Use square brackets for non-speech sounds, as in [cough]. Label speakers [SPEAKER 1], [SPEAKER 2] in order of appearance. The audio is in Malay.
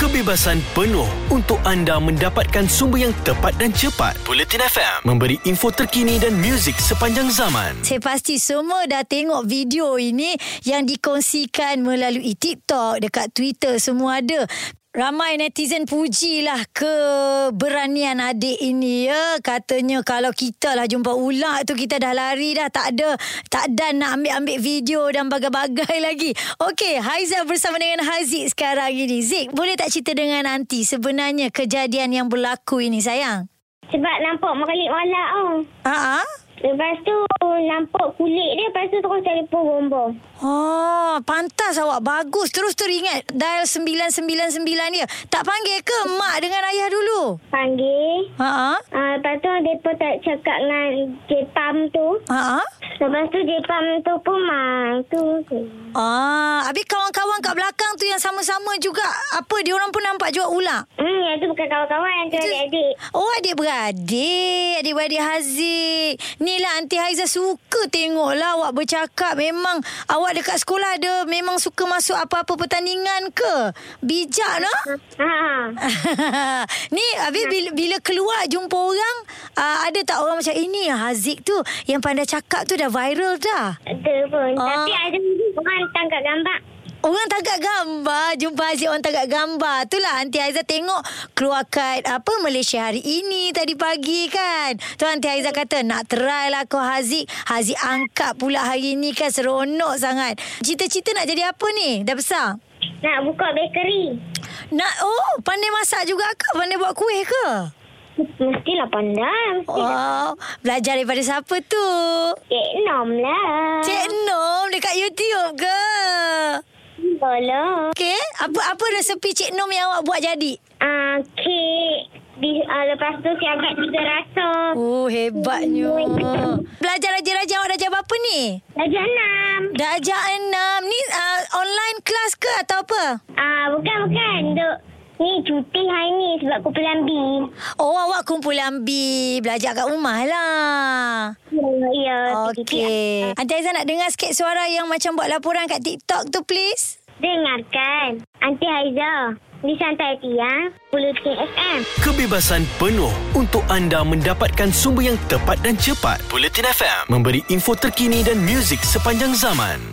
[SPEAKER 1] kebebasan penuh untuk anda mendapatkan sumber yang tepat dan cepat. Bulletin FM memberi info terkini dan muzik sepanjang zaman.
[SPEAKER 2] Saya pasti semua dah tengok video ini yang dikongsikan melalui TikTok, dekat Twitter semua ada. Ramai netizen pujilah keberanian adik ini ya. Katanya kalau kita lah jumpa ular tu kita dah lari dah tak ada tak dan nak ambil-ambil video dan bagai-bagai [laughs] lagi. Okey, Haiza bersama dengan Haziq sekarang ini. Zik, boleh tak cerita dengan anti sebenarnya kejadian yang berlaku ini sayang?
[SPEAKER 3] Sebab nampak makalik wala oh.
[SPEAKER 2] Ha ah.
[SPEAKER 3] Lepas tu nampak kulit dia lepas tu terus telefon rombong.
[SPEAKER 2] Oh, pantas awak bagus. Terus teringat dial 999 dia. Tak panggil ke mak dengan ayah dulu?
[SPEAKER 3] Panggil.
[SPEAKER 2] Ha ah.
[SPEAKER 3] Uh, lepas tu mereka tak cakap dengan Jepam tu.
[SPEAKER 2] Ha ah.
[SPEAKER 3] Lepas tu Jepam tu pun mai tu.
[SPEAKER 2] Ah, habis kawan-kawan kat belakang tu yang sama-sama juga apa dia orang pun nampak juga ular.
[SPEAKER 3] Hmm, yang tu bukan kawan-kawan, yang tu adik-adik.
[SPEAKER 2] Oh, adik-beradik. Adik-beradik Haziq. Ni lah Aunty Haiza suka tengok lah awak bercakap. Memang awak dekat sekolah ada memang suka masuk apa-apa pertandingan ke? Bijak lah.
[SPEAKER 3] Ha.
[SPEAKER 2] [laughs] ni habis bila, bila keluar jumpa orang uh, ada tak orang macam ini Haziq tu yang pandai cakap tu dah viral dah.
[SPEAKER 3] Ada pun.
[SPEAKER 2] Ah.
[SPEAKER 3] Tapi ada orang tangkap gambar.
[SPEAKER 2] Orang tagak gambar Jumpa Aziz orang tagak gambar Itulah Aunty Aizah tengok Keluar kat apa, Malaysia hari ini Tadi pagi kan Tu Aunty Aizah kata Nak try lah kau Haziq Haziq angkat pula hari ni kan Seronok sangat Cita-cita nak jadi apa ni Dah besar
[SPEAKER 3] Nak buka bakery.
[SPEAKER 2] nak oh pandai masak juga ke pandai buat kuih ke?
[SPEAKER 3] Mestilah pandai. Mestilah.
[SPEAKER 2] Wow, belajar daripada siapa tu?
[SPEAKER 3] Cik Nom lah.
[SPEAKER 2] Cik Nom dekat YouTube ke?
[SPEAKER 3] Boleh.
[SPEAKER 2] Okey, apa apa resepi Cik Nom yang awak buat jadi?
[SPEAKER 3] Uh, kek. Di, uh, lepas tu siagat tiga rasa.
[SPEAKER 2] Oh, hebatnya. Belajar rajin-rajin awak dah jawab apa ni?
[SPEAKER 3] Darjah enam.
[SPEAKER 2] Darjah enam Ni uh, online kelas ke atau apa?
[SPEAKER 3] Ah, bukan, bukan. Duk. Ni cuti hari ni sebab kumpulan B.
[SPEAKER 2] Oh, awak kumpulan B. Belajar kat rumah lah.
[SPEAKER 3] Ya, ya.
[SPEAKER 2] Ah,
[SPEAKER 3] Ah,
[SPEAKER 2] Okey. Aunty Aizah nak dengar sikit suara yang macam buat laporan kat TikTok tu, please.
[SPEAKER 3] Dengarkan. Aunty Haiza. Di Santai ya. Tiang. Bulletin FM.
[SPEAKER 1] Kebebasan penuh untuk anda mendapatkan sumber yang tepat dan cepat. Bulletin FM memberi info terkini dan muzik sepanjang zaman.